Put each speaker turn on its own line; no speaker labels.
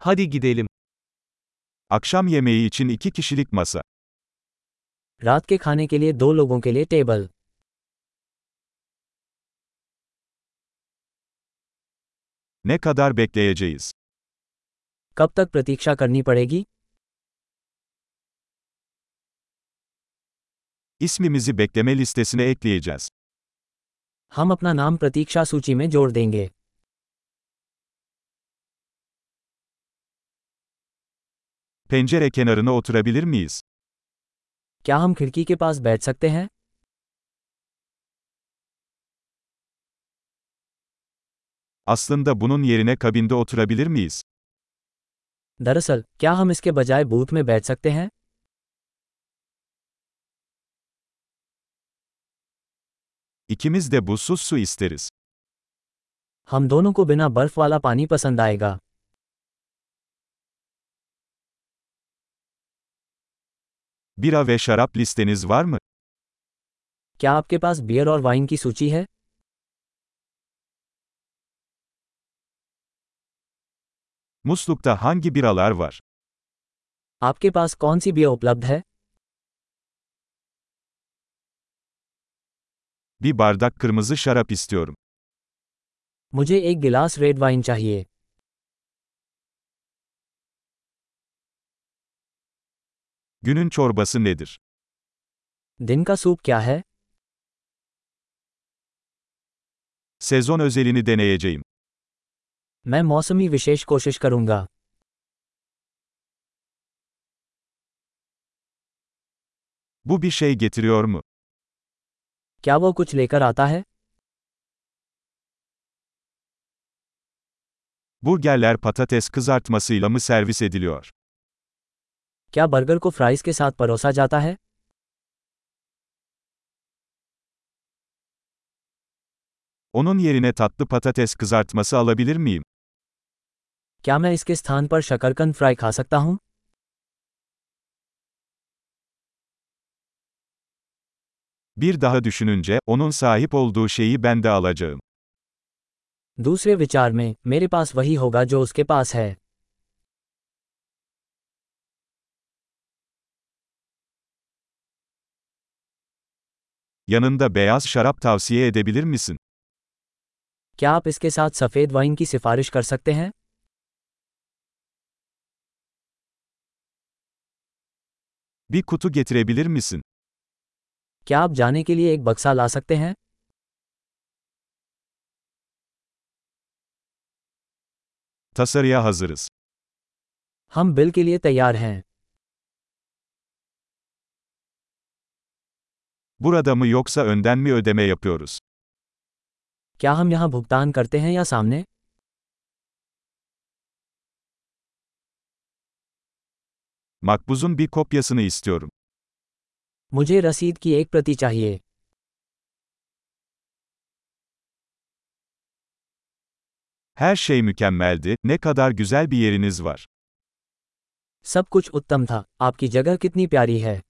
Hadi gidelim.
Akşam yemeği için iki kişilik masa.
रात के खाने के लिए दो लोगों के लिए टेबल
Ne kadar bekleyeceğiz?
कब तक प्रतीक्षा करनी पड़ेगी
İsmimizi bekleme listesine ekleyeceğiz.
हम अपना नाम प्रतीक्षा सूची में जोड़ देंगे
Pencere kenarına oturabilir miyiz?
क्या हम खिड़की के पास बैठ सकते हैं
Aslında bunun yerine kabinde oturabilir miyiz?
दरअसल क्या हम इसके बजाय बूथ में बैठ सकते हैं
İkimiz de buzsuz su isteriz.
हम दोनों को बिना बर्फ वाला पानी पसंद आएगा
Bira ve şarap listeniz var mı?
क्या आपके पास बियर और वाइन की सूची है
Muslukta hangi biralar var?
आपके पास कौन सी बियर उपलब्ध है
Bir bardak kırmızı şarap istiyorum.
मुझे एक गिलास रेड वाइन चाहिए
Günün çorbası nedir?
दिन का सूप क्या है
Sezon özelini deneyeceğim.
मैं मौसमी विशेष कोशिश करूंगा
Bu bir şey getiriyor mu?
क्या वो कुछ लेकर आता है
Burgerler patates kızartmasıyla mı servis ediliyor?
क्या बर्गर को फ्राइज के साथ परोसा जाता है
Onun yerine tatlı patates kızartması alabilir miyim?
क्या मैं इसके स्थान पर शकरकंद फ्राई खा सकता हूँ
Bir daha düşününce, onun sahip olduğu şeyi ben de alacağım.
दूसरे विचार में मेरे पास वही होगा जो उसके पास है
Yanında beyaz şarap tavsiye edebilir misin?
क्या आप इसके साथ सफ़ेद वाइन की सिफारिश कर सकते हैं
Bir kutu getirebilir misin?
क्या आप जाने के लिए एक बक्सा ला सकते हैं
Tasarıya hazırız.
हम बिल के लिए तैयार हैं
Burada mı yoksa önden mi ödeme yapıyoruz?
क्या हम यहाँ भुगतान करते हैं या सामने
Makbuzun bir kopyasını istiyorum.
मुझे रसीद की एक प्रति चाहिए
Her şey mükemmeldi. Ne kadar güzel bir yeriniz var.
सब कुछ उत्तम था आपकी जगह कितनी प्यारी है